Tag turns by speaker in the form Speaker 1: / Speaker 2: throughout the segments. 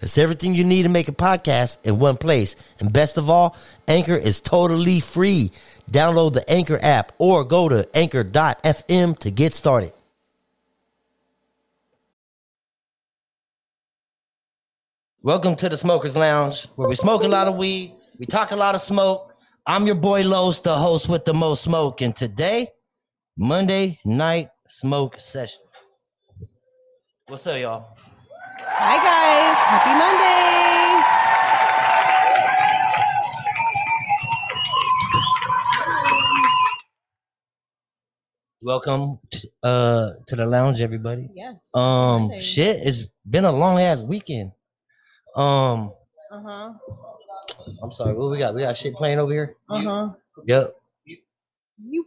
Speaker 1: It's everything you need to make a podcast in one place. And best of all, Anchor is totally free. Download the Anchor app or go to anchor.fm to get started. Welcome to the Smokers Lounge, where we smoke a lot of weed, we talk a lot of smoke. I'm your boy Los, the host with the most smoke, and today, Monday night smoke session. What's up, y'all?
Speaker 2: Hi guys, happy Monday.
Speaker 1: Welcome to, uh, to the lounge, everybody.
Speaker 2: Yes.
Speaker 1: Um,
Speaker 2: Monday.
Speaker 1: shit, it's been a long ass weekend. Um,
Speaker 2: Uh huh.
Speaker 1: I'm sorry, what we got? We got shit playing over here.
Speaker 2: Uh huh.
Speaker 1: Yep.
Speaker 2: You.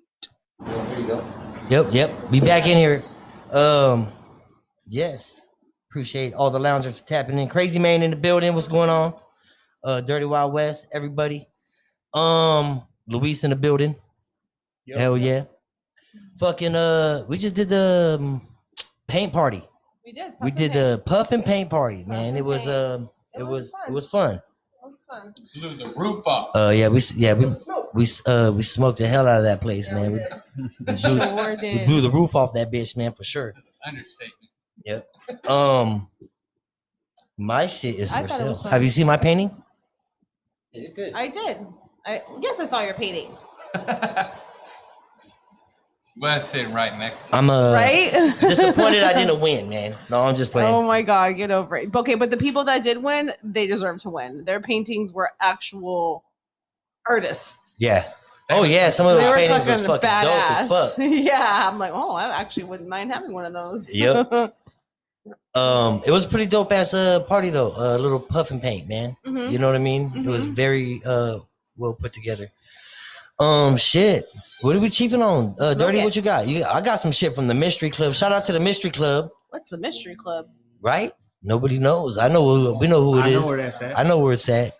Speaker 1: Yep, yep. Be back in here. Um, yes. Appreciate all the loungers tapping in. Crazy man in the building. What's going on? Uh, Dirty Wild West. Everybody. Um, Luis in the building. Hell yeah. Fucking uh, we just did the um, paint party.
Speaker 2: We did.
Speaker 1: We did
Speaker 2: the.
Speaker 1: the puff and paint party, man.
Speaker 2: and
Speaker 1: It was
Speaker 2: paint.
Speaker 1: um,
Speaker 2: It
Speaker 1: it
Speaker 2: was
Speaker 1: was it was
Speaker 2: fun.
Speaker 1: fun.
Speaker 2: That was fun.
Speaker 3: Blew the roof off.
Speaker 1: Uh, yeah, we s- yeah we
Speaker 2: Smoke.
Speaker 1: we s- uh we smoked the hell out of that place,
Speaker 2: Yeah,
Speaker 1: man.
Speaker 2: we
Speaker 1: We,
Speaker 2: did.
Speaker 1: we blew-
Speaker 2: Sure
Speaker 1: we
Speaker 2: did.
Speaker 1: blew the roof off that bitch, man, for sure.
Speaker 3: Understatement.
Speaker 1: Um, my shit is
Speaker 2: I
Speaker 1: for
Speaker 2: thought it
Speaker 1: sale.
Speaker 2: was fun.
Speaker 1: Have you seen my painting?
Speaker 2: I did. I yes, I saw your painting.
Speaker 3: Wes sitting right next to
Speaker 1: I'm uh,
Speaker 2: right?
Speaker 1: disappointed I didn't win, man. No, I'm just playing.
Speaker 2: Oh my god, get over it. Okay, but the people that did win, they deserve to win. Their paintings were actual artists.
Speaker 1: yeah. Oh yeah, some of
Speaker 2: They
Speaker 1: those
Speaker 2: were
Speaker 1: paintings
Speaker 2: fucking
Speaker 1: was fucking dope as
Speaker 2: badass.
Speaker 1: fuck.
Speaker 2: yeah, I'm like, oh, I actually wouldn't mind having one of those. Mm-hmm.
Speaker 1: Yep. Um, it was a pretty dope ass uh party though. A little puff and paint, man.
Speaker 2: Mhm.
Speaker 1: You know what I mean? It was very uh well put together. Um, shit. What are we chiefing on? Uh,
Speaker 2: Smoke
Speaker 1: Dirty,
Speaker 2: it.
Speaker 1: what you got? You, I got some shit from the Mystery Club. Shout out to the Mystery Club,
Speaker 2: What's the mystery club?
Speaker 1: right? Nobody knows. I know. who- We know who it
Speaker 4: I
Speaker 1: is.
Speaker 4: know where that's at.
Speaker 1: I know where it's at.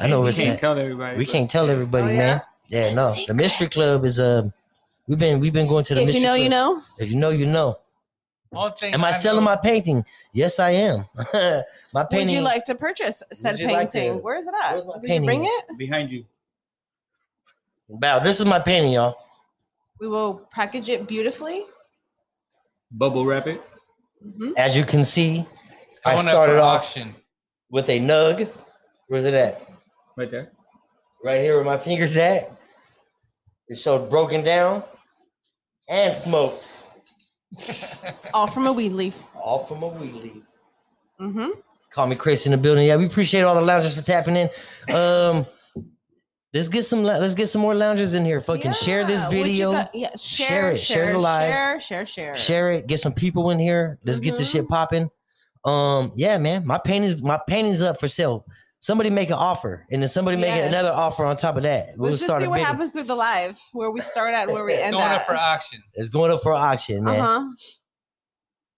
Speaker 1: I know
Speaker 4: we
Speaker 1: where it's
Speaker 4: can't
Speaker 1: at.
Speaker 4: tell everybody.
Speaker 1: We
Speaker 4: but-
Speaker 1: can't tell everybody,
Speaker 2: Oh, yeah?
Speaker 1: man. Yeah, no. The mystery club is um we've been we've been going to the
Speaker 2: If
Speaker 1: mystery
Speaker 2: you know,
Speaker 1: club.
Speaker 2: you know.
Speaker 1: If you know, you know.
Speaker 3: All thing
Speaker 1: Am I selling
Speaker 3: know-
Speaker 1: my painting? Yes, I am. my painting
Speaker 2: Would you like to purchase said
Speaker 1: Would you like
Speaker 2: painting?
Speaker 1: to-
Speaker 2: Where is it at?
Speaker 1: Where's my
Speaker 2: Did you bring
Speaker 1: painting?
Speaker 2: it?
Speaker 4: Behind you.
Speaker 1: Wow, this is my painting, y'all.
Speaker 2: We will package it beautifully.
Speaker 4: Bubble wrap it.
Speaker 2: Mhm.
Speaker 1: As you can see,
Speaker 3: It's
Speaker 1: I
Speaker 3: going up
Speaker 1: started
Speaker 3: for
Speaker 1: off-
Speaker 3: auction.
Speaker 1: with a nug. Where's it at?
Speaker 4: Right there.
Speaker 1: Right here where my fingers at. It showed broken down and smoked.
Speaker 2: All from a weed leaf.
Speaker 1: All from a weed leaf.
Speaker 2: hmm
Speaker 1: Call me Chris in the building. Yeah, we appreciate all the loungers for tapping in. Um, let's get some let's get some more loungers in here. Fucking share this video,
Speaker 2: yeah, share,
Speaker 1: Share it, share
Speaker 2: Share,
Speaker 1: the live.
Speaker 2: Share, share, share.
Speaker 1: share it, get some people in here. Let's get this
Speaker 2: Mhm.
Speaker 1: shit popping. Um, yeah, man, my paintings my paintings up for sale. Somebody make an offer, and then somebody make
Speaker 2: Yes.
Speaker 1: another offer on top of that. We'll
Speaker 2: Let's just
Speaker 1: start
Speaker 2: see
Speaker 1: a
Speaker 2: what
Speaker 1: bidding.
Speaker 2: happens through the live, where we start at, where we
Speaker 1: It's
Speaker 3: It's
Speaker 2: end
Speaker 3: going up
Speaker 2: at.
Speaker 3: for auction.
Speaker 1: It's going up for auction, man.
Speaker 2: Uh-huh.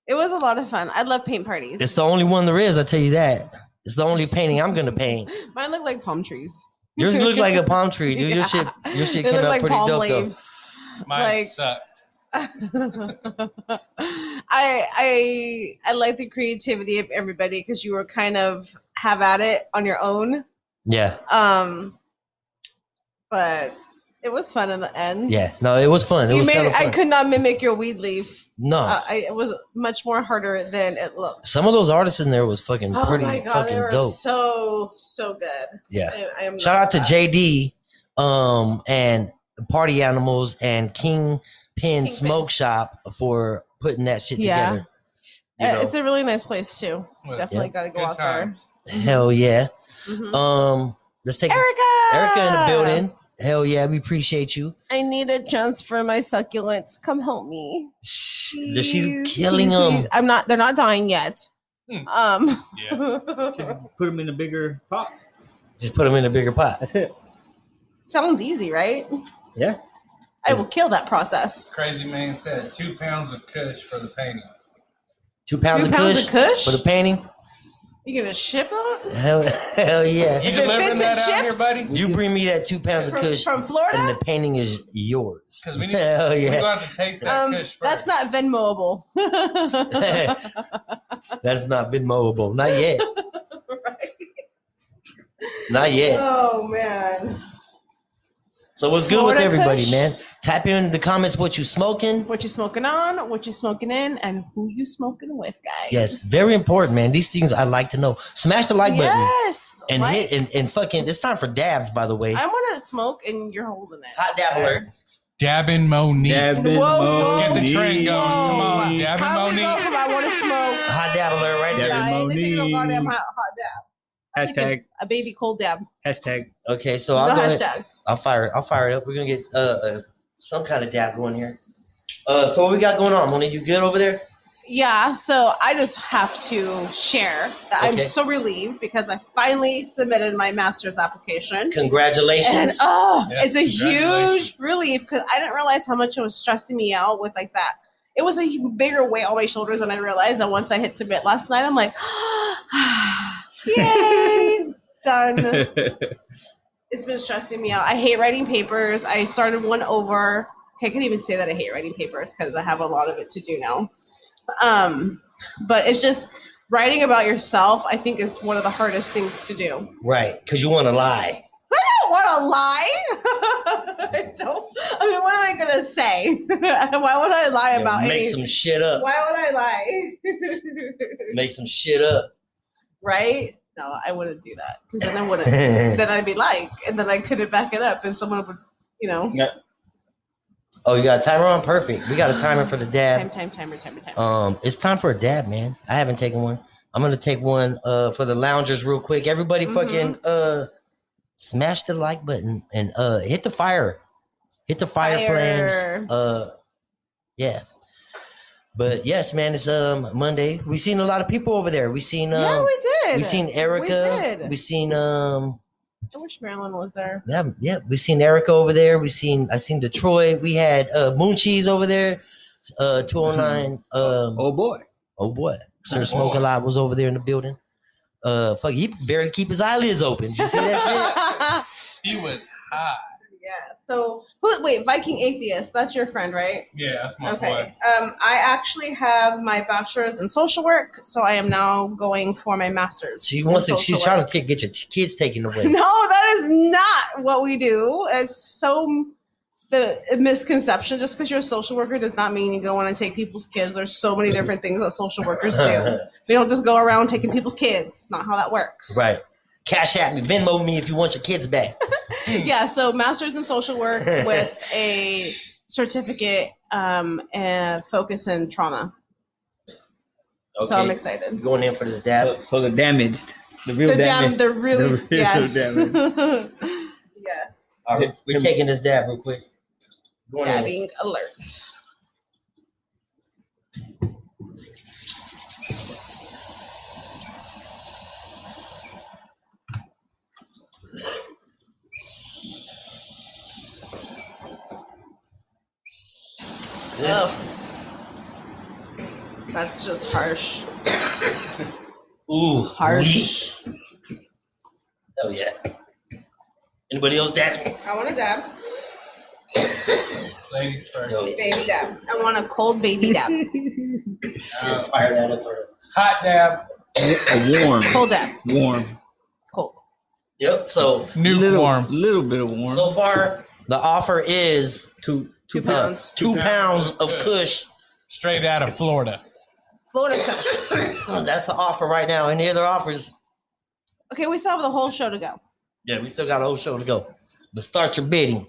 Speaker 2: It was a lot of fun. I love paint parties.
Speaker 1: It's the only one there is. I tell you that. It's the only painting I'm gonna paint.
Speaker 2: Mine look like palm trees.
Speaker 1: Yours look like a palm tree, dude. Your shit,
Speaker 2: Yeah.
Speaker 1: your shit
Speaker 2: They
Speaker 1: came
Speaker 2: look
Speaker 1: out
Speaker 2: like
Speaker 1: pretty
Speaker 2: palm
Speaker 1: dope though.
Speaker 2: leaves.
Speaker 3: Mine
Speaker 2: Like-
Speaker 3: sucked.
Speaker 2: I I I like the creativity of everybody because you were kind of have at it on your own.
Speaker 1: Yeah,
Speaker 2: Um, but it was fun in the end.
Speaker 1: yeah. No, it was fun. It
Speaker 2: you
Speaker 1: was
Speaker 2: made.
Speaker 1: hella fun. Oh.
Speaker 2: I could not mimic your weed leaf.
Speaker 1: no,
Speaker 2: Uh, I, it was much more harder than it looked.
Speaker 1: some of those artists in there was fucking
Speaker 2: Oh
Speaker 1: pretty
Speaker 2: my god, they
Speaker 1: fucking
Speaker 2: were
Speaker 1: dope.
Speaker 2: so so good.
Speaker 1: yeah.
Speaker 2: I, I am
Speaker 1: Shout out to
Speaker 2: Jay.
Speaker 1: JD, um, and Party Animals and King Pin
Speaker 2: Kingpin.
Speaker 1: Smoke Shop for putting that shit
Speaker 2: Yeah. Uh,
Speaker 1: together. You know?
Speaker 2: It's a really nice place too.
Speaker 3: Was
Speaker 2: Definitely got to go
Speaker 3: good
Speaker 2: out
Speaker 3: times.
Speaker 1: Hell yeah.
Speaker 2: there. Mhm.
Speaker 1: Um, let's take
Speaker 2: Erica.
Speaker 1: Erica in the building. Hell yeah, we appreciate you.
Speaker 2: I need a chance for my succulents. Come help me.
Speaker 1: She's
Speaker 2: Please,
Speaker 1: killing
Speaker 2: please,
Speaker 1: them.
Speaker 2: please. I'm not. They're not dying yet.
Speaker 3: Hmm.
Speaker 2: Um.
Speaker 3: Yeah.
Speaker 4: Put them in a bigger pot.
Speaker 1: Just put them in a bigger pot.
Speaker 4: That's it.
Speaker 2: Sounds easy, right?
Speaker 4: Yeah.
Speaker 2: I will kill that process.
Speaker 3: Crazy man said two pounds of Kush for the painting.
Speaker 1: Two pounds,
Speaker 2: Two
Speaker 1: of,
Speaker 2: pounds
Speaker 1: kush
Speaker 2: of Kush?
Speaker 1: for the painting.
Speaker 2: You gonna ship that
Speaker 1: Hell, hell
Speaker 3: You
Speaker 1: yeah!
Speaker 2: If it
Speaker 3: delivering
Speaker 2: fits
Speaker 3: that
Speaker 2: in
Speaker 3: out
Speaker 2: chips-
Speaker 3: here, buddy?
Speaker 1: You bring me that two pounds of
Speaker 2: from,
Speaker 1: kush,
Speaker 2: from Florida?
Speaker 1: and the painting is yours.
Speaker 3: 'Cause we need-
Speaker 1: hell
Speaker 3: We're
Speaker 1: yeah!
Speaker 3: gonna have to taste that
Speaker 2: um,
Speaker 3: Kush first.
Speaker 2: that's not Venmoable. right?
Speaker 1: That's not been mobile, not yet, not yet.
Speaker 2: Oh man,
Speaker 1: So what's good with
Speaker 2: Florida
Speaker 1: everybody,
Speaker 2: Kush?
Speaker 1: man? Type in the comments what you smoking.
Speaker 2: what you smoking on? What you smoking in? And who you smoking with, guys?
Speaker 1: Yes, very important, man. These things I like to know. Smash the like button
Speaker 2: yes,
Speaker 1: and
Speaker 2: like,
Speaker 1: hit and, and fucking. It's time for dabs, by the way.
Speaker 2: I want to smoke, and you're holding it.
Speaker 1: Hot dab alert.
Speaker 3: Dabbing Monique.
Speaker 4: Dabin'
Speaker 2: Whoa,
Speaker 4: Monique.
Speaker 2: whoa.
Speaker 3: Let's get the trend going. Come on,
Speaker 2: Whoa.
Speaker 3: Dabbing
Speaker 2: How we go
Speaker 3: Monique.
Speaker 2: from I want to smoke?
Speaker 1: Hot dab alert right
Speaker 4: Dabin'
Speaker 1: there.
Speaker 2: Yeah, this ain't no
Speaker 4: Monique.
Speaker 2: goddamn hot, hot dab. It's like
Speaker 4: Hashtag.
Speaker 2: a, a baby cold dab.
Speaker 4: Hashtag.
Speaker 1: Okay, so
Speaker 2: No
Speaker 1: I'll go ahead-
Speaker 2: hashtag.
Speaker 1: I'll fire it. I'll fire it up. We're gonna get uh, uh some kind of dab going here. Uh, so what we got going on, Monique? You good over there?
Speaker 2: Yeah, so I just have to share that I'm
Speaker 1: Okay.
Speaker 2: so relieved because I finally submitted my master's application. And
Speaker 1: Congratulations.
Speaker 2: oh,
Speaker 3: Yeah,
Speaker 2: it's a
Speaker 3: congratulations.
Speaker 2: huge relief because I didn't realize how much it was stressing me out with like that. It was a hu- bigger weight on my shoulders, and I realized that once I hit submit last night, I'm like, yay, done. It's been stressing me out. I hate writing papers. I started one over. I can't even say that I hate writing papers because I have a lot of it to do now. Um, but it's just writing about yourself. I think is one of the hardest things to do.
Speaker 1: right, because you want to lie.
Speaker 2: don't want to lie. I don't. I mean, what am I gonna say? why would I lie
Speaker 1: You
Speaker 2: about
Speaker 1: make
Speaker 2: any-
Speaker 1: some shit up.
Speaker 2: Why would I lie?
Speaker 1: Make some shit up.
Speaker 2: right? No, I wouldn't do that because then I wouldn't. then I'd be like, and then I couldn't back it up, and someone would, you know,
Speaker 1: oh, you got a timer on? Perfect. We got a timer for the
Speaker 2: time,
Speaker 1: dab.
Speaker 2: time, timer, timer, time.
Speaker 1: Um, it's time for a dab, man. I haven't taken one. I'm gonna take one uh for the loungers real quick. Everybody
Speaker 2: Mhm.
Speaker 1: fucking uh smash the like button and uh hit the fire. Hit the fire,
Speaker 2: Fire.
Speaker 1: flames. Uh yeah. But yes, man, it's um Monday. We seen a lot of people over there. We seen um
Speaker 2: yeah, we did.
Speaker 1: we seen Erica.
Speaker 2: did.
Speaker 1: We, seen um
Speaker 2: I wish Marilyn was there.
Speaker 1: yeah, yeah, we seen Erica over there. We seen I seen Detroit. We had uh Moon Cheese over there. Uh
Speaker 4: Mm-hmm.
Speaker 1: 209 um
Speaker 4: Oh boy.
Speaker 1: Oh boy, Sir
Speaker 3: Oh,
Speaker 1: Smoke a
Speaker 3: boy.
Speaker 1: Lot was over there in the building. Uh, fuck, he barely keep his eyelids open. Did you see that
Speaker 3: He was high.
Speaker 2: yeah. So, who, wait, Viking atheist. That's your friend, right?
Speaker 3: Yeah, that's my
Speaker 2: Okay. Um, I actually have my bachelor's in social work, so I am now going for my
Speaker 1: shit?
Speaker 2: master's.
Speaker 1: She
Speaker 2: in
Speaker 1: wants to.
Speaker 2: social
Speaker 1: She's trying
Speaker 2: work.
Speaker 1: to take, get your t- kids taken away.
Speaker 2: No, that is not what we do. It's so the misconception. Just because you're a social worker does not mean you go in and take people's kids. There's so many different things that social workers
Speaker 1: Uh-huh.
Speaker 2: do. we don't just go around taking people's kids. Not how that works.
Speaker 1: right. Cash at me, Venmo me if you want your kids back.
Speaker 3: boy.
Speaker 2: Yeah. So master's in social work with a certificate um, and focus in trauma.
Speaker 1: Okay,
Speaker 2: So I'm excited.
Speaker 1: you going in for this dab.
Speaker 4: So, so the damaged. The real
Speaker 2: the damn,
Speaker 4: damaged.
Speaker 2: the really
Speaker 4: real
Speaker 2: yes, yes,
Speaker 1: All right, we're
Speaker 4: Him-
Speaker 1: taking this dab real quick. Going in.
Speaker 2: dabbing alert. Ugh. That's just harsh.
Speaker 1: Ooh, wheat.
Speaker 2: Harsh.
Speaker 1: Oh yeah. Anybody else dabbing?
Speaker 2: I want to dab,
Speaker 3: Ladies first.
Speaker 1: No.
Speaker 2: baby dab. I want a cold baby dab,
Speaker 3: Uh,
Speaker 1: Fire that up for her.
Speaker 3: hot dab.
Speaker 4: A warm.
Speaker 2: cold dab,
Speaker 4: Warm.
Speaker 2: cold.
Speaker 1: Yep. So
Speaker 3: New
Speaker 4: little,
Speaker 3: warm.
Speaker 4: Little bit of warm.
Speaker 1: so far the offer is
Speaker 4: two.
Speaker 2: Two
Speaker 1: uh,
Speaker 2: pounds.
Speaker 1: two
Speaker 3: Two
Speaker 1: pounds
Speaker 3: pounds.
Speaker 1: of Kush.
Speaker 3: Straight out of Florida.
Speaker 2: Florida Cup.
Speaker 1: Oh, that's the offer right now. Any other offers?
Speaker 2: Okay, we still have the whole show to go.
Speaker 1: Yeah, we still got a whole show to go. But start your bidding.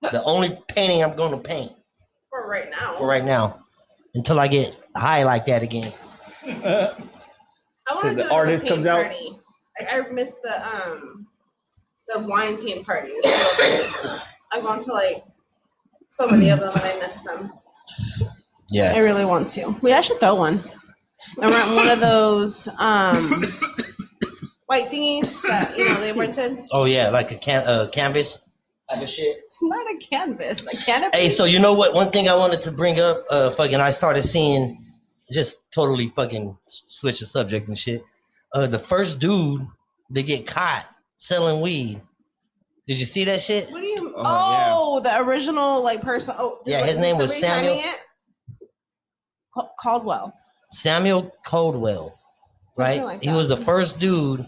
Speaker 1: The only painting I'm going to paint
Speaker 2: For right now.
Speaker 1: for right now until I get high like that again.
Speaker 4: Uh,
Speaker 2: I
Speaker 4: Till
Speaker 2: want to
Speaker 4: the
Speaker 2: do
Speaker 4: artist
Speaker 2: artist comes
Speaker 4: comes out.
Speaker 2: party. I, I missed the um the wine paint party. I've gone to like so many of them and I missed them.
Speaker 1: Yeah.
Speaker 2: I really want to. Wait, I should throw one. And rent one of those um white thingies that you know they rented.
Speaker 1: Oh yeah, like a can uh, canvas.
Speaker 5: type of shit.
Speaker 2: It's not a canvas. A canopy.
Speaker 1: Hey, so you know what? One thing I wanted to bring up, uh, fucking, I started seeing, just totally fucking switch the subject and shit. Uh, the first dude to get caught selling weed. Did you see that shit?
Speaker 2: What do you?
Speaker 4: Oh,
Speaker 2: Oh, the original like person. Oh,
Speaker 1: Yeah,
Speaker 2: like,
Speaker 1: his name was
Speaker 2: somebody timing
Speaker 1: Samuel-
Speaker 2: it? Cal- Caldwell.
Speaker 1: Samuel Caldwell, right?
Speaker 2: like
Speaker 1: he
Speaker 2: that.
Speaker 1: was the first dude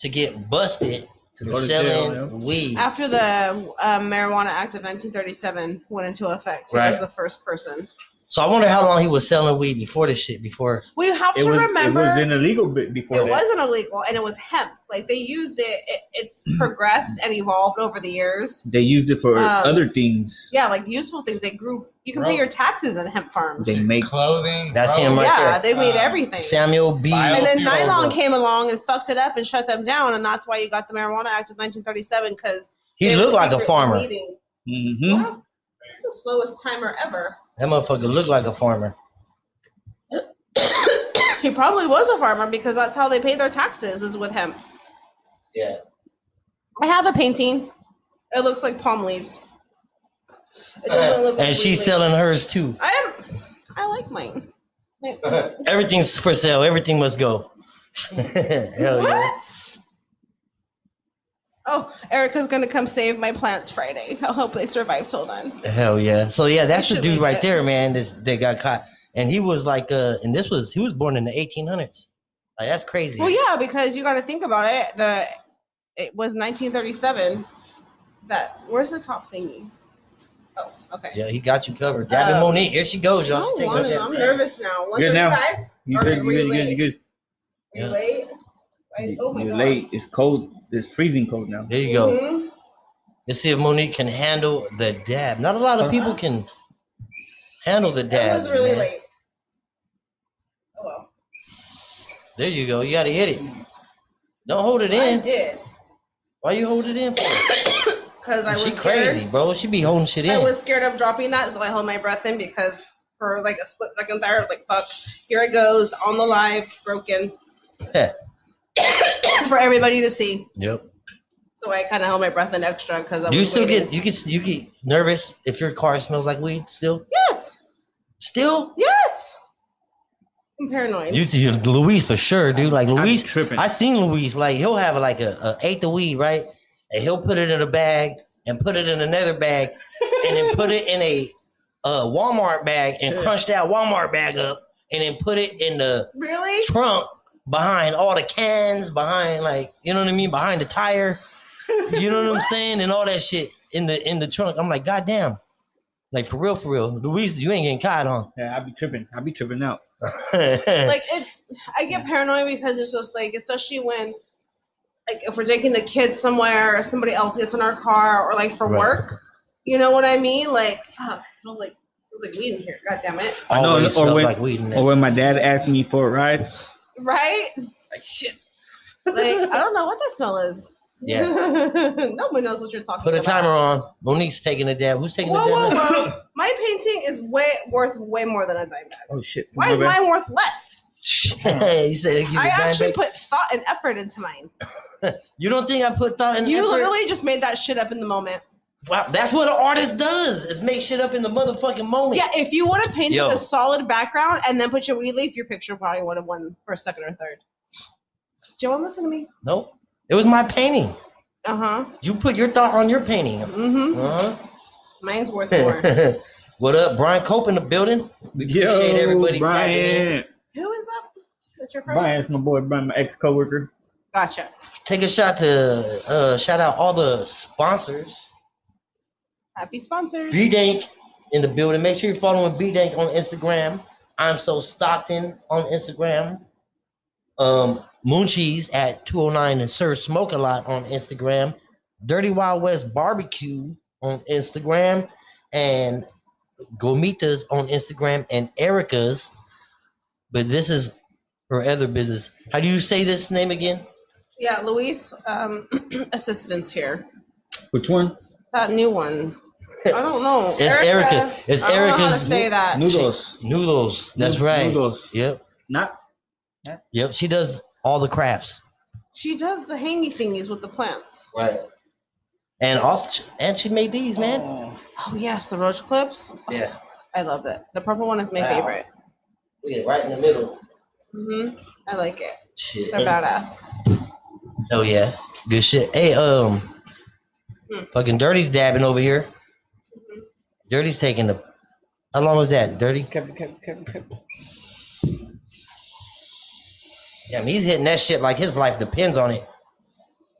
Speaker 1: to get busted
Speaker 4: To
Speaker 1: for
Speaker 4: go to
Speaker 1: selling
Speaker 4: jail, yeah.
Speaker 1: weed.
Speaker 2: After the uh, Marijuana Act of 1937 went into effect, he was
Speaker 4: Right.
Speaker 2: the first person.
Speaker 1: So I wonder how long he was selling weed before this shit. Before
Speaker 2: We have
Speaker 4: It
Speaker 2: to
Speaker 4: was, it
Speaker 2: remember
Speaker 4: was an illegal bit before
Speaker 2: it
Speaker 4: that.
Speaker 2: wasn't illegal and it was hemp. Like they used it, it it's progressed and evolved over the years.
Speaker 4: They used it for
Speaker 2: Um,
Speaker 4: other things.
Speaker 2: Yeah, like useful things. They grew. You can
Speaker 3: Bro.
Speaker 2: pay your taxes in hemp farms.
Speaker 4: They make
Speaker 3: Clothing.
Speaker 1: That's
Speaker 3: bro.
Speaker 1: him right
Speaker 2: yeah,
Speaker 1: there.
Speaker 2: they made
Speaker 3: Uh,
Speaker 2: everything.
Speaker 1: Samuel B.
Speaker 3: Bio-
Speaker 2: and then
Speaker 3: Fuel,
Speaker 2: nylon
Speaker 1: bro.
Speaker 2: came along and fucked it up and shut them down, and that's why you got the Marijuana Act of 1937 because
Speaker 1: he looked like a farmer.
Speaker 4: hmm
Speaker 2: Wow, that's the slowest timer ever.
Speaker 1: That motherfucker looked like a farmer.
Speaker 2: He probably was a farmer because that's how they pay their taxes is with hemp.
Speaker 5: Yeah.
Speaker 2: I have a painting. It looks like palm leaves. It doesn't look. like
Speaker 1: And she's
Speaker 2: leaves.
Speaker 1: selling hers too.
Speaker 2: I am. I like mine. Wait,
Speaker 1: Everything's for sale. Everything must go. Hell yeah.
Speaker 2: what? Oh, Erica's gonna come save my plants Friday. I hope they survive. Hold on.
Speaker 1: Hell yeah. So yeah, that's the
Speaker 2: should
Speaker 1: dude
Speaker 2: make
Speaker 1: right
Speaker 2: it.
Speaker 1: there, man. This they got caught. And he was like uh and this was he was born in the eighteen hundreds. Like that's crazy.
Speaker 2: Well, yeah, because you got to think about it. The it was 1937. That where's the top thingy? Oh, okay.
Speaker 1: Yeah, he got you covered. Gavin
Speaker 2: Um,
Speaker 1: Monique, here she goes,
Speaker 2: I
Speaker 1: y'all.
Speaker 2: don't
Speaker 1: She's taking
Speaker 2: want
Speaker 1: it.
Speaker 2: it. I'm nervous now.
Speaker 4: Good now.
Speaker 2: 135.
Speaker 4: You
Speaker 2: Are
Speaker 4: good?
Speaker 2: they
Speaker 4: You good? You good? You good?
Speaker 2: Are you
Speaker 1: Yeah.
Speaker 2: late? I,
Speaker 4: You-
Speaker 2: oh my
Speaker 4: You're
Speaker 2: god.
Speaker 4: late. It's cold. It's freezing cold now.
Speaker 1: There you go.
Speaker 2: Mhm.
Speaker 1: Let's see if Monique can handle the dab. Not a lot of people can handle the
Speaker 2: That
Speaker 1: dab.
Speaker 2: was really late. Oh well.
Speaker 1: There you go. You gotta hit it. Don't hold it
Speaker 2: I
Speaker 1: in.
Speaker 2: did
Speaker 1: Why you hold it in for?
Speaker 2: because I was
Speaker 1: she
Speaker 2: scared.
Speaker 1: crazy, bro. She be holding shit in.
Speaker 2: I was scared of dropping that, so I held my breath in because for like a split second there, I was like, "Fuck, here it goes on the live, broken for everybody to see."
Speaker 1: yep.
Speaker 2: So I kind of held my breath in extra because
Speaker 1: Do you still get you get you get nervous if your car smells like weed? Still,
Speaker 2: yes,
Speaker 1: still.
Speaker 2: yes. I'm paranoid.
Speaker 1: You, you Luis for sure, dude. Like
Speaker 4: I'm
Speaker 1: Luis,
Speaker 4: tripping.
Speaker 1: I seen Luis. Like he'll have like a, a eighth of weed, right? And he'll put it in a bag and put it in another bag, and then put it in a uh, Walmart bag and
Speaker 4: Yeah.
Speaker 1: crunch that Walmart bag up, and then put it in the
Speaker 2: really?
Speaker 1: trunk behind all the cans, behind like you know what I mean, behind the tire, you know what I'm saying, and all that shit in the in the trunk. I'm like, goddamn, like for real, for real, Luis, you ain't getting caught, huh?
Speaker 4: yeah, I be tripping. I be tripping out.
Speaker 2: like it, I get paranoid because it's just like, especially when, like, if we're taking the kids somewhere, or somebody else gets in our car, or like for
Speaker 1: Right.
Speaker 2: work, you know what I mean? Like, fuck, it smells like it smells like weed in here. God damn it!
Speaker 4: I know,
Speaker 1: Always
Speaker 4: or
Speaker 1: smells
Speaker 4: when-
Speaker 1: like weed in there.
Speaker 4: Or when my dad asked me for a ride,
Speaker 2: Right?
Speaker 4: like shit.
Speaker 2: Like, I don't know what that smell is.
Speaker 1: Yeah.
Speaker 2: Nobody knows what you're talking
Speaker 1: Put a
Speaker 2: about.
Speaker 1: timer on. Monique's taking a dab. Who's taking
Speaker 2: Whoa,
Speaker 1: a
Speaker 2: whoa,
Speaker 1: dab? now?
Speaker 2: whoa! My painting is way worth way more than a dime bag.
Speaker 4: Oh shit.
Speaker 2: Why is
Speaker 4: My bad.
Speaker 2: mine worth less?
Speaker 1: you said give
Speaker 2: I
Speaker 1: a dime
Speaker 2: actually
Speaker 1: back.
Speaker 2: put thought and effort into mine.
Speaker 1: You don't think I put thought in
Speaker 2: You
Speaker 1: effort?
Speaker 2: literally just made that shit up in the moment.
Speaker 1: Wow, that's what an artist does is make shit up in the motherfucking moment.
Speaker 2: Yeah, if you would have painted
Speaker 1: Yo.
Speaker 2: a solid background and then put your weed leaf, your picture probably would have won first, second, or third. Do you want to listen to me?
Speaker 1: Nope. It was my painting.
Speaker 2: Uh huh.
Speaker 1: You put your thought on your painting.
Speaker 2: Mm hmm.
Speaker 1: Uh-huh.
Speaker 2: Mine's worth more.
Speaker 1: what up, Brian Cope in the building? We appreciate
Speaker 4: Yo,
Speaker 1: everybody tapping in.
Speaker 4: Brian.
Speaker 2: Who is that? That your friend?
Speaker 4: Brian's my boy. Brian, my ex coworker.
Speaker 2: Gotcha.
Speaker 1: Take a shot to uh, shout out all the sponsors.
Speaker 2: Happy sponsors.
Speaker 1: B Dank in the building. Make sure you're following B Dank on Instagram. I'm so Stockton on Instagram. Um, Mooncheese at 209 and Sir Smoke a Lot on Instagram. Dirty Wild West Barbecue on Instagram. And Gomita's on Instagram and Erica's. But this is her other business. How do you say this name again?
Speaker 2: yeah, Luis, um, assistants here.
Speaker 4: Which one?
Speaker 2: That new one. I don't know.
Speaker 1: It's Erica. It's
Speaker 2: I don't know how to
Speaker 1: Erica's
Speaker 2: say that.
Speaker 4: Noodles.
Speaker 1: noodles. That's right.
Speaker 4: Noodles.
Speaker 1: Yep.
Speaker 4: Not.
Speaker 1: Yep. She does all the crafts.
Speaker 2: She does the hangy thingies with the plants.
Speaker 5: Right.
Speaker 1: And also, and she made these, man.
Speaker 5: Oh,
Speaker 2: Oh yes, the roach clips.
Speaker 1: Yeah,
Speaker 2: I love that. The purple one is my
Speaker 1: Wow.
Speaker 2: favorite.
Speaker 1: look at it, right in the middle.
Speaker 2: hmm I like it.
Speaker 1: Shit.
Speaker 2: They're badass.
Speaker 1: Oh yeah, good shit. Hey, um,
Speaker 2: Hmm.
Speaker 1: fucking Dirty's dabbing over here.
Speaker 2: Mhm.
Speaker 1: Dirty's taking the. How long was that, Dirty?
Speaker 5: Kevin, Kevin, Kevin, Kevin.
Speaker 1: Yeah, I mean, he's hitting that shit like his life depends on it.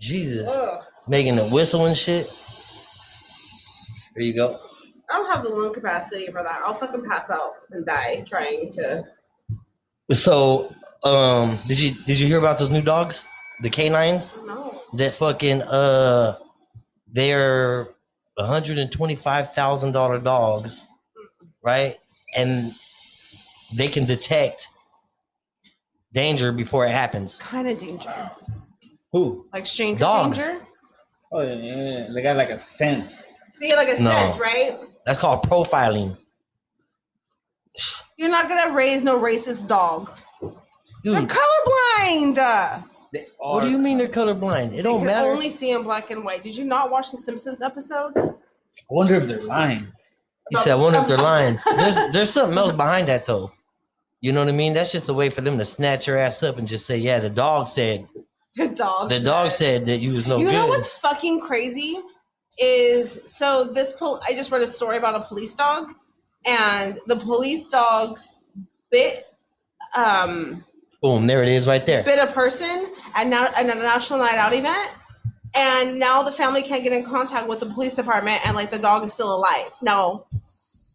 Speaker 1: Jesus,
Speaker 2: Ugh.
Speaker 1: making the whistle and shit. There you go.
Speaker 2: I don't have the lung capacity for that. I'll fucking pass out and die trying to.
Speaker 1: So, um, did you did you hear about those new dogs, the canines?
Speaker 2: No.
Speaker 1: that fucking uh they're $125,000 dogs, right? And they can detect danger before it happens.
Speaker 2: Kind of danger.
Speaker 4: Who?
Speaker 2: Like stranger
Speaker 1: Dogs.
Speaker 2: danger.
Speaker 4: Oh yeah, yeah, yeah. they got like a sense.
Speaker 2: See, like a
Speaker 1: No.
Speaker 2: sense, right?
Speaker 1: That's called profiling.
Speaker 2: You're not gonna raise no racist dog. They're
Speaker 1: Dude,
Speaker 2: colorblind. Uh,
Speaker 4: They are.
Speaker 1: what do you mean they're colorblind? It
Speaker 2: you
Speaker 1: don't
Speaker 2: can
Speaker 1: matter.
Speaker 2: only see in black and white. Did you not watch the Simpsons episode?
Speaker 4: I wonder if they're lying.
Speaker 1: He said, I wonder if they're lying. There's there's something else behind that though. You know what I mean? That's just a way for them to snatch your ass up and just say, Yeah, the dog said
Speaker 2: The dog.
Speaker 1: the dog said that you was no
Speaker 2: you
Speaker 1: good.
Speaker 2: know what's fucking crazy is so this pol- I just read a story about a police dog, and the police dog bit um
Speaker 1: Boom, there it is right there.
Speaker 2: bit a person at now at a national night out event. And now the family can't get in contact with the police department, and like the dog is still alive. Now,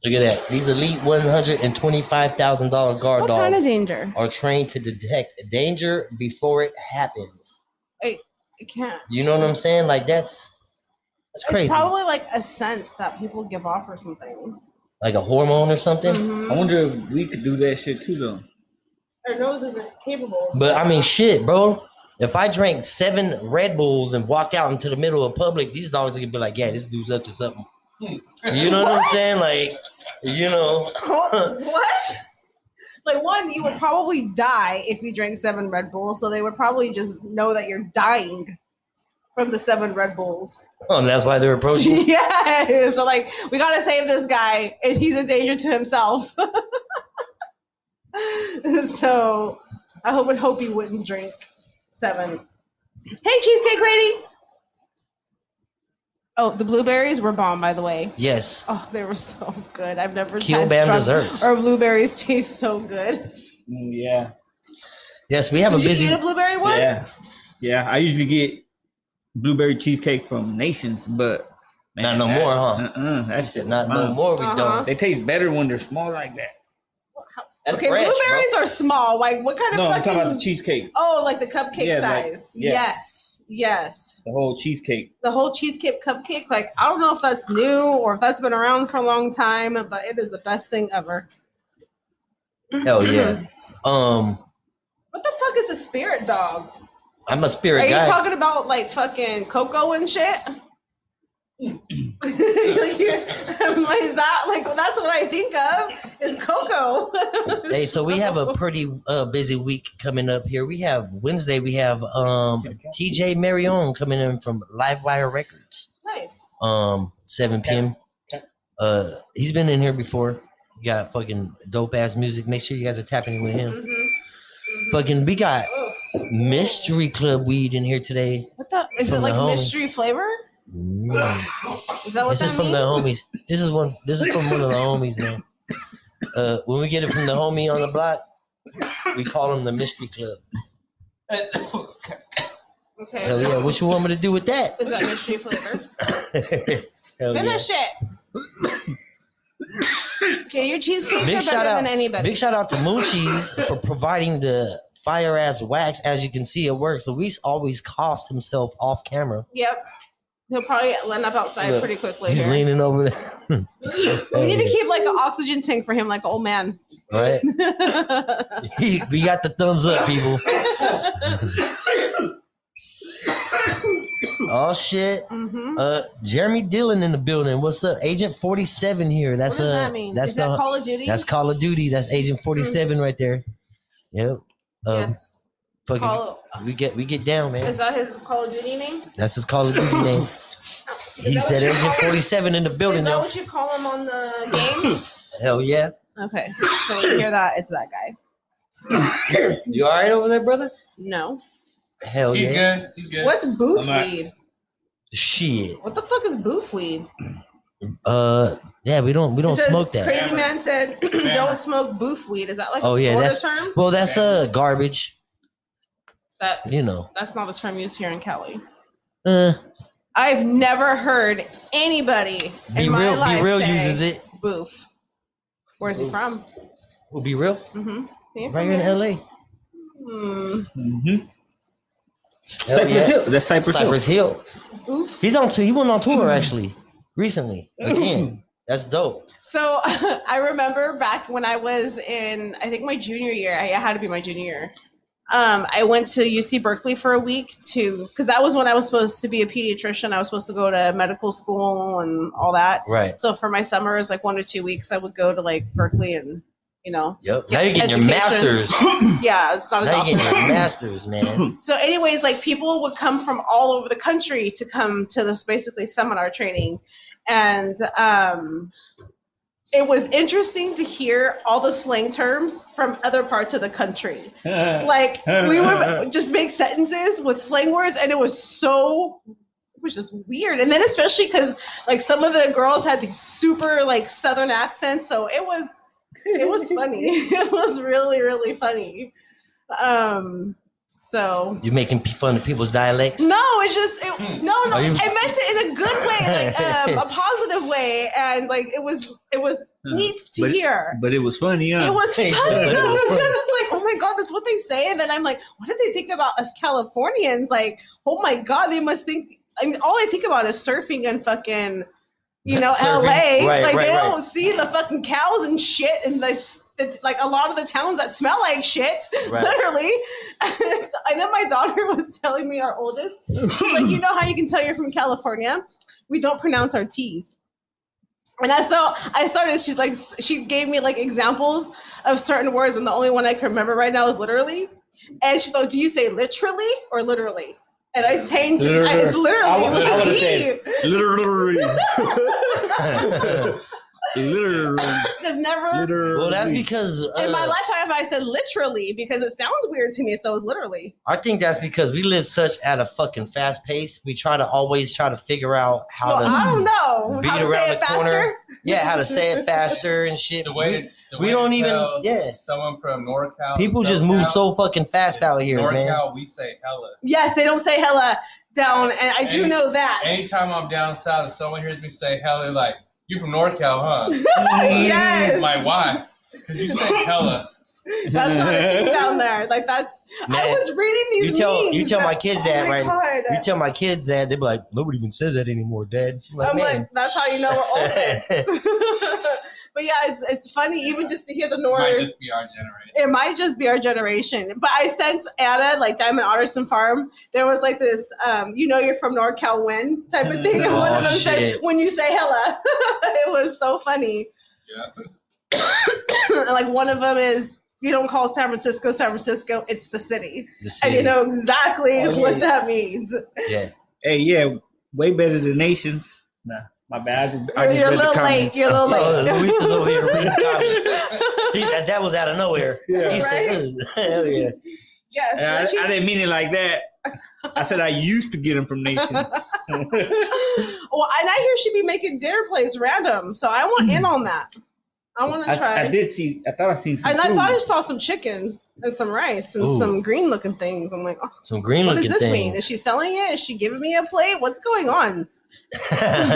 Speaker 1: Look at that. These elite one hundred and twenty-five thousand dollar guard
Speaker 2: what
Speaker 1: dogs
Speaker 2: kind of danger?
Speaker 1: are trained to detect danger before it happens.
Speaker 2: I can't.
Speaker 1: You know what I'm saying? Like that's that's crazy.
Speaker 2: It's probably like a sense that people give off or something.
Speaker 1: like a hormone or something.
Speaker 4: I
Speaker 2: Mhm.
Speaker 4: wonder if we could do that shit too though.
Speaker 2: Their nose isn't capable.
Speaker 1: But I mean, shit, bro. If I drank seven Red Bulls and walked out into the middle of public, these dogs could be like, "Yeah, this dude's up to something." You know what, I'm
Speaker 2: What?
Speaker 1: saying? Like, you know,
Speaker 2: what? Like one, you would probably die if you drank seven Red Bulls, so they would probably just know that you're dying from the seven Red Bulls.
Speaker 1: oh, that's why they're approaching.
Speaker 2: yeah, so like we gotta save this guy, and he's a danger to himself. so I hope and hope you wouldn't drink seven. Hey, cheesecake lady. Oh, the blueberries were bomb, by the way.
Speaker 1: yes,
Speaker 2: Oh, they were so good. I've never
Speaker 1: Keel
Speaker 2: had
Speaker 1: Bam
Speaker 2: strawb-
Speaker 1: desserts.
Speaker 2: Our blueberries taste so good.
Speaker 4: Mm, Yeah,
Speaker 1: yes, we have a
Speaker 2: Did
Speaker 1: busy.
Speaker 2: you eat a blueberry one?
Speaker 4: yeah, yeah. I usually get blueberry cheesecake from Nations, but
Speaker 1: Not no more, huh?
Speaker 4: Uh-uh, that shit
Speaker 1: Not no
Speaker 4: bomb.
Speaker 1: more. We
Speaker 2: Uh-huh.
Speaker 1: don't.
Speaker 4: They taste better when they're small like that.
Speaker 1: That's
Speaker 2: okay,
Speaker 1: fresh, bro.
Speaker 2: blueberries are small. Like what kind of
Speaker 4: No, I'm
Speaker 2: fucking?
Speaker 4: talking about the cheesecake,
Speaker 2: oh, like the cupcake
Speaker 4: Yeah, like-
Speaker 2: size.
Speaker 4: yeah.
Speaker 2: Yes, yes.
Speaker 4: the whole cheesecake.
Speaker 2: The whole cheesecake cupcake. Like I don't know if that's new or if that's been around for a long time, but it is the best thing ever.
Speaker 1: Hell yeah. Um,
Speaker 2: What the fuck is a spirit dog?
Speaker 1: I'm a spirit
Speaker 2: Are you
Speaker 1: guy.
Speaker 2: talking about like fucking cocoa and shit?
Speaker 1: Hmm.
Speaker 2: Like, you- is that like that's what I think of is cocoa?
Speaker 1: hey, so we have a pretty uh, busy week coming up here. We have Wednesday. We have um, TJ Marion coming in from Livewire Records.
Speaker 2: nice.
Speaker 1: Um, 7 p.m. Uh, he's been in here before. Got fucking dope ass music. Make sure you guys are tapping in with him.
Speaker 2: Mhm.
Speaker 1: Fucking, we got
Speaker 2: Oh,
Speaker 1: mystery club weed in here today.
Speaker 2: What the? Is
Speaker 1: From
Speaker 2: it like
Speaker 1: the home.
Speaker 2: mystery flavor?
Speaker 1: Mm.
Speaker 2: Is that what
Speaker 1: This
Speaker 2: that
Speaker 1: is from
Speaker 2: means?
Speaker 1: the homies. This is one. This is from one of the homies, man. Uh, when we get it from the homie on the block, we call him the mystery club.
Speaker 2: Okay.
Speaker 1: Hell yeah! What you want me to do with that?
Speaker 2: Is that mystery flavor?
Speaker 1: Hell yeah.
Speaker 2: Finish it. okay, your cheesecakes
Speaker 1: Big
Speaker 2: are
Speaker 1: shout
Speaker 2: better
Speaker 1: out!
Speaker 2: than anybody.
Speaker 1: Big shout out to Moochie's for providing the fire ass wax. As you can see, it works. Luis always coughs himself off camera.
Speaker 2: yep. He'll probably end up outside
Speaker 1: Look,
Speaker 2: pretty quickly.
Speaker 1: He's
Speaker 2: here.
Speaker 1: leaning over there.
Speaker 2: We need to keep like an oxygen tank for him, like an old man. Mm-hmm.
Speaker 1: right. He, we got the thumbs up, people. oh shit.
Speaker 2: Mhm.
Speaker 1: Uh, Jeremy Dillon in the building. What's up, Agent Forty Seven here?
Speaker 2: What
Speaker 1: That's
Speaker 2: does
Speaker 1: uh,
Speaker 2: that mean?
Speaker 1: that's
Speaker 2: Is that
Speaker 1: the
Speaker 2: Call of Duty?
Speaker 1: that's Call of Duty. That's Agent Forty Seven right there. Yep. Um,
Speaker 2: Mm-hmm. yes.
Speaker 1: fucking,
Speaker 2: Call,
Speaker 1: we get we get down, man.
Speaker 2: is that his Call of Duty name?
Speaker 1: That's his Call of Duty name. He
Speaker 2: that
Speaker 1: said
Speaker 2: what you
Speaker 1: Agent
Speaker 2: call-
Speaker 1: 47 in the
Speaker 2: Is
Speaker 1: building,
Speaker 2: that
Speaker 1: though.
Speaker 2: what you call him on the game?
Speaker 1: Hell yeah.
Speaker 2: Okay, so when you hear that, it's that guy.
Speaker 1: You all right over there, brother?
Speaker 2: No.
Speaker 1: Hell
Speaker 3: He's
Speaker 1: Oh, yeah.
Speaker 3: good. He's good.
Speaker 2: What's boof
Speaker 4: I'm not-
Speaker 2: weed?
Speaker 1: Shit.
Speaker 2: What the fuck is boof weed?
Speaker 1: Uh, yeah, we don't we don't
Speaker 2: It says-
Speaker 1: smoke that.
Speaker 2: Crazy man said, "Don't
Speaker 3: Hammer.
Speaker 2: smoke boof weed." Is that like
Speaker 1: Oh,
Speaker 2: a
Speaker 1: yeah,
Speaker 2: Florida
Speaker 1: that's-
Speaker 2: term?
Speaker 1: Well, that's uh garbage.
Speaker 2: That
Speaker 1: You know.
Speaker 2: that's not a term used here in Cali.
Speaker 1: Uh,
Speaker 2: I've never heard anybody
Speaker 1: be
Speaker 2: in my
Speaker 1: real.
Speaker 2: life
Speaker 1: Be real
Speaker 2: say
Speaker 1: uses it.
Speaker 2: boof. Where's he
Speaker 1: Boof.
Speaker 2: from?
Speaker 1: We'll be real.
Speaker 2: Mm-hmm.
Speaker 1: Right here in L.A.
Speaker 2: Hmm.
Speaker 4: Mm-hmm.
Speaker 1: Hell
Speaker 4: Cypress
Speaker 1: yeah.
Speaker 4: Hill. That's Cypress,
Speaker 1: Cypress Hill.
Speaker 2: Boof.
Speaker 1: He's on tour. He went on tour actually recently again. That's dope.
Speaker 2: So I remember back when I was in, I think my junior year, I it had to be my junior year. Um, I went to UC Berkeley for a week to, because that was when I was supposed to be a pediatrician. I was supposed to go to medical school and all that.
Speaker 1: Right.
Speaker 2: So for my summers, like one or two weeks, I would go to like Berkeley and, you know,
Speaker 1: Yep.
Speaker 2: Yeah,
Speaker 1: now you're getting
Speaker 2: education.
Speaker 1: your masters.
Speaker 2: yeah, it's not a
Speaker 1: now
Speaker 2: doctor.
Speaker 1: you're getting your masters, man.
Speaker 2: So, anyways, like people would come from all over the country to come to this basically seminar training. And um, it was interesting to hear all the slang terms from other parts of the country.
Speaker 4: Hill.
Speaker 2: Like we would just make sentences with slang words, and it was so it was just weird. And then especially because like some of the girls had these super like southern accents, so it was it was funny. it was really really funny. Um, so
Speaker 1: You're making p- fun of people's dialects.
Speaker 2: no, it's just it, no, no.
Speaker 1: Hmm. Are you-
Speaker 2: I meant it in a good way, like um, a positive way, and like it was, it was
Speaker 1: Hmm.
Speaker 2: neat to
Speaker 4: But-
Speaker 2: hear.
Speaker 4: But it was funny, huh?
Speaker 2: It was funny,
Speaker 1: Hey,
Speaker 2: no,
Speaker 1: yeah, it
Speaker 2: no,
Speaker 1: was
Speaker 2: because
Speaker 1: funny.
Speaker 2: it's like, oh my god, that's what they say, and then I'm like, what did they think about us Californians? Like, oh my god, they must think. I mean, all I think about is surfing and fucking, you know,
Speaker 1: Surfing.
Speaker 2: LA.
Speaker 1: Right,
Speaker 2: like
Speaker 1: right,
Speaker 2: they
Speaker 1: right.
Speaker 2: don't see the fucking cows and shit, and the, the like a lot of the towns that smell like shit
Speaker 1: Right.
Speaker 2: literally. So- and then my daughter was telling me, our oldest, she's like, you know how you can tell you're from California? We don't pronounce our T's. And I so I started. She's like, she gave me like examples of certain words, and the only one I can remember right now is literally. And she's like, do you say literally or literally? And I changed. it. I- It's literally
Speaker 4: I would-
Speaker 2: with
Speaker 4: I
Speaker 2: a
Speaker 4: would've
Speaker 2: D.
Speaker 4: said- Literally.
Speaker 1: well,
Speaker 4: Literally.
Speaker 2: There's never
Speaker 4: Literally.
Speaker 1: that's because uh,
Speaker 2: in my lifetime have I said literally because it sounds weird to me. So it's literally.
Speaker 1: I think that's because we live such at a fucking fast pace. We try to always try to figure out how
Speaker 2: well,
Speaker 1: to
Speaker 2: I don't know
Speaker 1: beat
Speaker 2: how to
Speaker 1: around
Speaker 2: say it
Speaker 1: the corner.
Speaker 2: faster.
Speaker 1: yeah how to say it faster and shit.
Speaker 3: The way, the
Speaker 1: we
Speaker 3: way
Speaker 1: don't
Speaker 3: to
Speaker 1: even-
Speaker 3: tell
Speaker 1: yeah.
Speaker 3: Someone from NorCal.
Speaker 1: people just move so fucking fast out here,
Speaker 3: NorCal,
Speaker 1: man.
Speaker 3: we say hella.
Speaker 2: Yes, they don't say hella down, and I do
Speaker 3: Any-
Speaker 2: know that.
Speaker 3: Anytime I'm down south and someone hears me say hella, they're like, "You from NorCal, huh?"
Speaker 2: yes,
Speaker 3: Like why? Because you say hella.
Speaker 2: that's not a thing down there. Like that's. I
Speaker 1: Man,
Speaker 2: was reading these.
Speaker 1: you tell-
Speaker 2: memes
Speaker 1: you tell my
Speaker 2: that-
Speaker 1: kids that
Speaker 2: oh my
Speaker 1: right-
Speaker 2: God.
Speaker 1: You tell my kids that they be like, nobody even says that anymore, Dad. I'm
Speaker 2: I'm
Speaker 1: man.
Speaker 2: like, that's how you know we're old. but yeah, it's it's funny even just to hear the
Speaker 3: It might
Speaker 2: noise.
Speaker 3: just be our generation.
Speaker 2: it might just be our generation. But I sent Anna, like Diamond Otterson Farm, there was like this, um, you know, you're from NorCal when type of thing. And one of
Speaker 1: Oh,
Speaker 2: them said,
Speaker 1: shit.
Speaker 2: when you say hella, it was so funny. And, like one of them is, you don't call San Francisco San Francisco, it's the city.
Speaker 1: The
Speaker 2: And you
Speaker 1: city.
Speaker 2: know exactly
Speaker 4: Oh, yeah.
Speaker 2: what that means.
Speaker 1: yeah.
Speaker 4: Hey, yeah, way better than nations. Nah, my bad. I just, I
Speaker 2: You're,
Speaker 4: just
Speaker 2: you're a
Speaker 4: read the
Speaker 2: little late.
Speaker 4: comments.
Speaker 2: You're a little
Speaker 1: Oh,
Speaker 2: late.
Speaker 1: Luis is over here reading comments. He said, that was out of nowhere.
Speaker 4: Yeah.
Speaker 1: He said, "Ugh, hell yeah.
Speaker 2: yes.
Speaker 4: And I,
Speaker 2: she's-
Speaker 4: I didn't mean it like that. I said I used to get them from nations.
Speaker 2: well, and I hear she be making dinner plates random. So I want in on that. I want to try.
Speaker 4: I, I did see. I thought I seen some.
Speaker 2: And I
Speaker 4: food.
Speaker 2: thought I saw some chicken and some rice and
Speaker 1: Ooh.
Speaker 2: some green looking things. I'm like, oh,
Speaker 1: Some green
Speaker 2: what does
Speaker 1: looking
Speaker 2: this
Speaker 1: things.
Speaker 2: mean? Is she selling it? Is she giving me a plate? What's going on?
Speaker 1: yeah,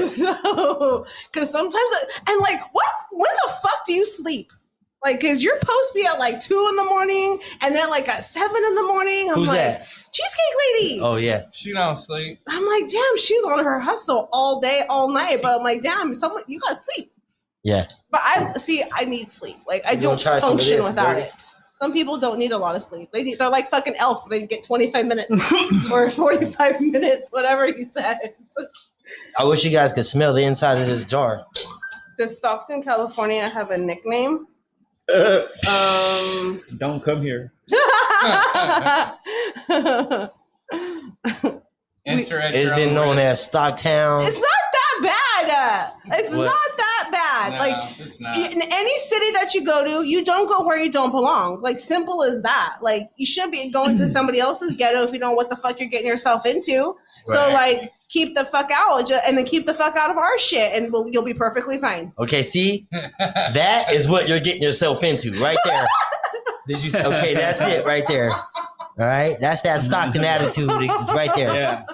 Speaker 2: so, because sometimes, and like, what? When the fuck do you sleep? Like, cause you're supposed to be at like two in the morning, and then like at seven in the morning. I'm
Speaker 1: Who's
Speaker 2: like,
Speaker 1: that?
Speaker 2: cheesecake lady.
Speaker 1: Oh yeah.
Speaker 3: She don't sleep.
Speaker 2: I'm like, damn, she's on her hustle all day, all night. But I'm like, damn, someone, you gotta sleep.
Speaker 1: Yeah.
Speaker 2: But I see, I need sleep. Like I
Speaker 1: You gonna
Speaker 2: don't
Speaker 1: try some of
Speaker 2: function
Speaker 1: this,
Speaker 2: without
Speaker 1: Birdie?
Speaker 2: it. Some people don't need a lot of sleep. They need, they're like fucking elf. They get 25 minutes or 45 minutes, whatever he said.
Speaker 1: I wish you guys could smell the inside of this jar.
Speaker 2: Does Stockton, California have a nickname?
Speaker 4: Uh,
Speaker 2: Um.
Speaker 4: don't come here.
Speaker 2: I
Speaker 3: Enter at
Speaker 1: It's
Speaker 3: your
Speaker 1: been
Speaker 3: own
Speaker 1: known as
Speaker 3: risk.
Speaker 1: Stocktown.
Speaker 2: It's not that bad. uh, It's
Speaker 4: What?
Speaker 2: not that bad.
Speaker 3: No,
Speaker 2: Like
Speaker 3: it's not.
Speaker 2: in any city that you go to, you don't go where you don't belong. Like simple as that. Like you should be going to somebody else's ghetto if you know what the fuck you're getting yourself into. So
Speaker 3: Right.
Speaker 2: like keep the fuck out ju- and then keep the fuck out of our shit and we'll, you'll be perfectly fine.
Speaker 1: Okay, see, that is what you're getting yourself into right there. Did you? Okay, that's it right there. All right, that's that Stockton attitude. It's right there.
Speaker 4: Yeah.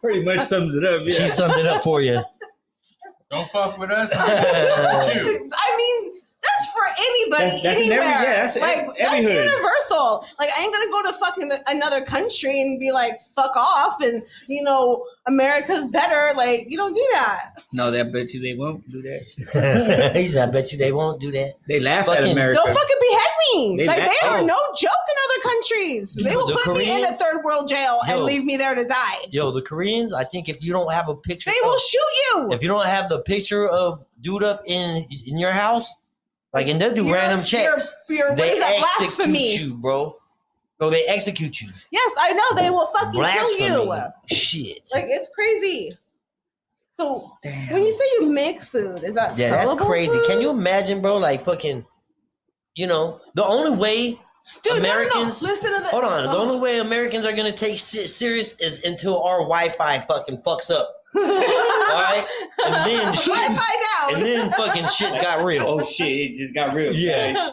Speaker 4: Pretty much sums it up.
Speaker 1: She
Speaker 4: Yeah.
Speaker 1: summed it up for you.
Speaker 3: Don't fuck with us. Fuck with you.
Speaker 2: I mean, that's for anybody,
Speaker 4: That's- that's in every-
Speaker 2: anywhere.
Speaker 4: yeah, that's in
Speaker 2: like
Speaker 4: every
Speaker 2: that's
Speaker 4: hood.
Speaker 2: universal. Like I ain't gonna go to fucking another country and be like, fuck off, and you know, America's better. Like you don't do that.
Speaker 4: No, that bet you they won't do that.
Speaker 1: he said, "I bet you they won't do that."
Speaker 4: They laugh
Speaker 1: Fucking-
Speaker 4: at America.
Speaker 2: Don't fucking behead me.
Speaker 4: They
Speaker 2: like
Speaker 4: let-
Speaker 2: they are
Speaker 1: oh.
Speaker 2: no joke in other countries.
Speaker 1: You
Speaker 2: They
Speaker 1: know,
Speaker 2: will
Speaker 1: the
Speaker 2: put me in a
Speaker 1: Koreans-
Speaker 2: third world jail and
Speaker 1: Yo.
Speaker 2: leave me there to die.
Speaker 1: Yo, the Koreans. I think if you don't have a picture,
Speaker 2: They
Speaker 1: of-
Speaker 2: will shoot you.
Speaker 1: if you don't have the picture of dude up in in your house, like and they'll do
Speaker 2: You're-
Speaker 1: random
Speaker 2: you're-
Speaker 1: checks.
Speaker 2: you're- what
Speaker 1: they
Speaker 2: is that?
Speaker 1: execute
Speaker 2: Blasphemy.
Speaker 1: you, bro. No, they execute you.
Speaker 2: Yes, I know they will fucking
Speaker 1: Blasphemy.
Speaker 2: kill you.
Speaker 1: Shit.
Speaker 2: Like it's crazy. So
Speaker 4: Damn.
Speaker 2: When you say you make food, is that
Speaker 1: Yeah, that's
Speaker 2: sellable
Speaker 1: crazy.
Speaker 2: food?
Speaker 1: Can you imagine, bro? Like fucking, you know, the only way.
Speaker 2: Dude,
Speaker 1: Americans-
Speaker 2: No, no, no. Listen to the.
Speaker 1: Hold on. The
Speaker 2: Oh.
Speaker 1: only way Americans are gonna take shit serious is until our Wi-Fi fucking fucks up. All right, and then shit,
Speaker 2: Wi-Fi down.
Speaker 1: and then fucking shit got real.
Speaker 4: Oh shit! It just got real.
Speaker 1: Yeah.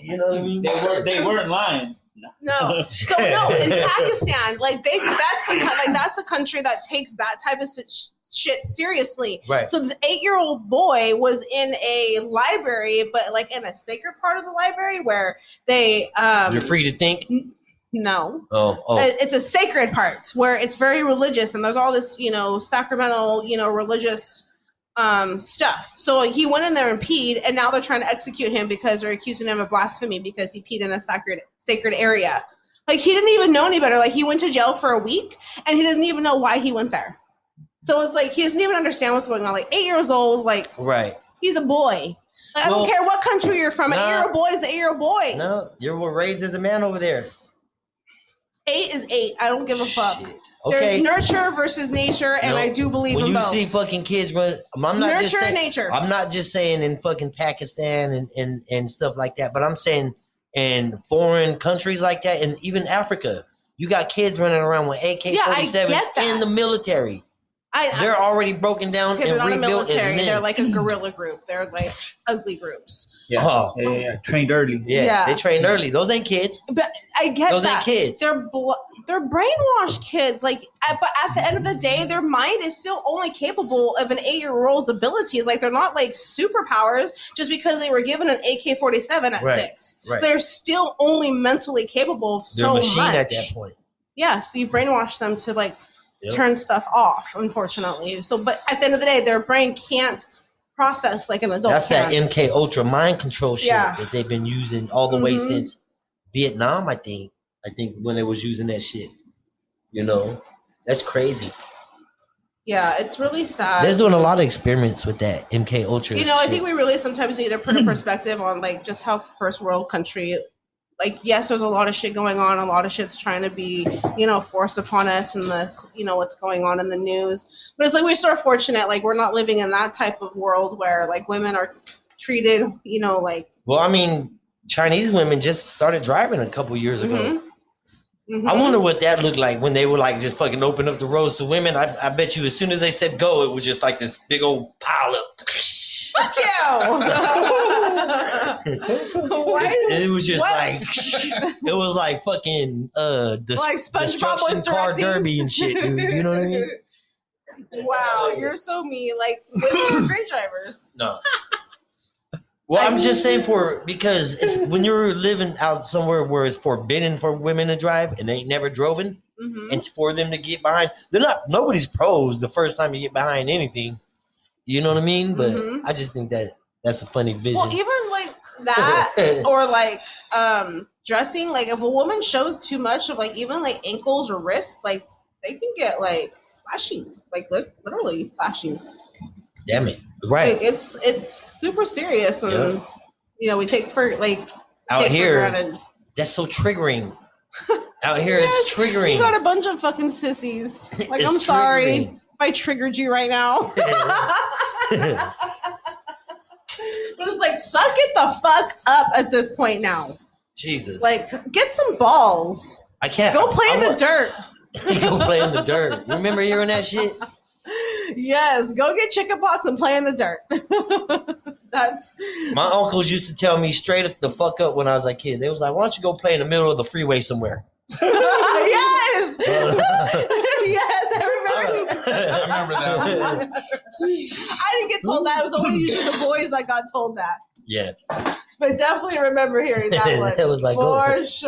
Speaker 1: You know what I
Speaker 4: They
Speaker 1: mean?
Speaker 4: were they weren't lying.
Speaker 2: no. So no, in Pakistan, like they, that's the co- like that's a country that takes that type of si- shit seriously.
Speaker 1: Right.
Speaker 2: So this eight-year-old boy was in a library, but like in a sacred part of the library where they um
Speaker 1: You're free to think.
Speaker 2: no.
Speaker 1: Oh, oh.
Speaker 2: Uh, it's a sacred part where it's very religious and there's all this you know sacramental you know religious um stuff so he went in there and peed and now they're trying to execute him because they're accusing him of blasphemy because he peed in a sacred sacred area like he didn't even know any better like he went to jail for a week and he doesn't even know why he went there so it's like he doesn't even understand what's going on like eight years old like
Speaker 1: Right.
Speaker 2: he's a boy Like, i
Speaker 1: Well,
Speaker 2: don't care what country you're from an
Speaker 1: nah.
Speaker 2: eight-year-old boy is an eight-year-old boy
Speaker 1: No, you were raised as a man over there.
Speaker 2: eight is eight i don't give a fuck
Speaker 1: Shit. Okay.
Speaker 2: There's nurture versus nature, and
Speaker 1: No.
Speaker 2: I do believe
Speaker 1: when
Speaker 2: in
Speaker 1: you
Speaker 2: both.
Speaker 1: see fucking kids run, I'm not just
Speaker 2: nurture
Speaker 1: saying,
Speaker 2: and nature.
Speaker 1: I'm not just saying in fucking Pakistan and, and, and stuff like that, but I'm saying in foreign countries like that, and even Africa, you got kids running around with AK
Speaker 2: Yeah, I
Speaker 1: 47s
Speaker 2: get that.
Speaker 1: in the military.
Speaker 2: I, I,
Speaker 1: They're already broken down
Speaker 2: okay,
Speaker 1: and
Speaker 2: they're not a
Speaker 1: rebuilt
Speaker 2: military.
Speaker 1: as men. Hmm.
Speaker 2: They're like a guerrilla group. They're like ugly groups.
Speaker 4: Yeah.
Speaker 1: Oh.
Speaker 4: Yeah, yeah, yeah. Trained early.
Speaker 1: yeah,
Speaker 2: Yeah.
Speaker 1: they trained early. Those ain't kids.
Speaker 2: But I get
Speaker 1: Those ain't
Speaker 2: that.
Speaker 1: kids.
Speaker 2: They're bl- they're brainwashed kids. Like, at, but at the end of the day, their mind is still only capable of an eight year old's abilities. Like, they're not like superpowers just because they were given an AK forty seven at
Speaker 1: Right,
Speaker 2: six.
Speaker 1: right.
Speaker 2: They're still only mentally capable of
Speaker 1: They're
Speaker 2: so
Speaker 1: a machine
Speaker 2: much.
Speaker 1: at that point.
Speaker 2: yeah, so you brainwash them to like
Speaker 1: Yep.
Speaker 2: turn stuff off, unfortunately. So, but at the end of the day, their brain can't process like an adult.
Speaker 1: That's that
Speaker 2: can.
Speaker 1: MK Ultra mind control shit
Speaker 2: Yeah.
Speaker 1: that they've been using all the way
Speaker 2: Mhm.
Speaker 1: since Vietnam, I think. I think when they was using that shit. You know? That's crazy.
Speaker 2: yeah, it's really sad.
Speaker 1: They're doing a lot of experiments with that MK Ultra.
Speaker 2: Uh, you know, I
Speaker 1: shit.
Speaker 2: think we really sometimes need to put a perspective on like just how first world country. Like yes, there's a lot of shit going on. A lot of shit's trying to be, you know, forced upon us, and the, you know, what's going on in the news. But it's like we're so fortunate. Like we're not living in that type of world where like women are treated, you know, like.
Speaker 1: Well, I mean, Chinese women just started driving a couple years ago.
Speaker 2: Mhm. Mhm.
Speaker 1: I wonder what that looked like when they were like just fucking open up the roads to women. I, I bet you as soon as they said go, it was just like this big old pile up.
Speaker 2: Fuck you. Why is
Speaker 1: It was just
Speaker 2: What?
Speaker 1: like it was like fucking uh the
Speaker 2: like SpongeBob
Speaker 1: destruction
Speaker 2: was
Speaker 1: car
Speaker 2: directing?
Speaker 1: derby and shit, dude. You know what I mean?
Speaker 2: Wow, you're so mean. Like women are great drivers.
Speaker 1: No. Well,
Speaker 2: I
Speaker 1: I'm just saying
Speaker 2: mean-
Speaker 1: for because it's when you're living out somewhere where it's forbidden for women to drive and they ain't never driven,
Speaker 2: Mhm.
Speaker 1: it's for them to get behind. They're not nobody's pros the first time you get behind anything. You know what I mean? But
Speaker 2: Mhm.
Speaker 1: I just think that that's a funny vision.
Speaker 2: Well, even like that, or like um dressing. Like if a woman shows too much of like even like ankles or wrists, like they can get like flashings. Like lit- literally flashings.
Speaker 1: Damn it! Right
Speaker 2: Like it's it's super serious, and you know we take for like
Speaker 1: out
Speaker 2: take for
Speaker 1: here,
Speaker 2: granted.
Speaker 1: that's so triggering. Out here, it's triggering.
Speaker 2: You got a bunch of fucking sissies. Like,
Speaker 1: It's
Speaker 2: I'm sorry if
Speaker 1: triggering.
Speaker 2: I triggered you right now. But it's like, suck it the fuck up at this point now.
Speaker 1: Jesus.
Speaker 2: Like, get some balls.
Speaker 1: I can't.
Speaker 2: Go play
Speaker 1: I
Speaker 2: in the
Speaker 1: want-
Speaker 2: dirt.
Speaker 1: go play in the dirt. You remember hearing that shit?
Speaker 2: Yes, go get chicken pox and play in the dirt. That's
Speaker 1: My uncles used to tell me straight the fuck up when I was a kid. They was like, "Why don't you go play in the middle of the freeway somewhere?"
Speaker 2: yes,
Speaker 1: Uh.
Speaker 2: yes. I remember. that.
Speaker 1: I
Speaker 3: remember that.
Speaker 2: I didn't get told that. It was only usually the boys that got told that.
Speaker 1: yeah.
Speaker 2: But definitely remember hearing that one.
Speaker 1: That was like,
Speaker 2: for
Speaker 1: oh.
Speaker 2: sure.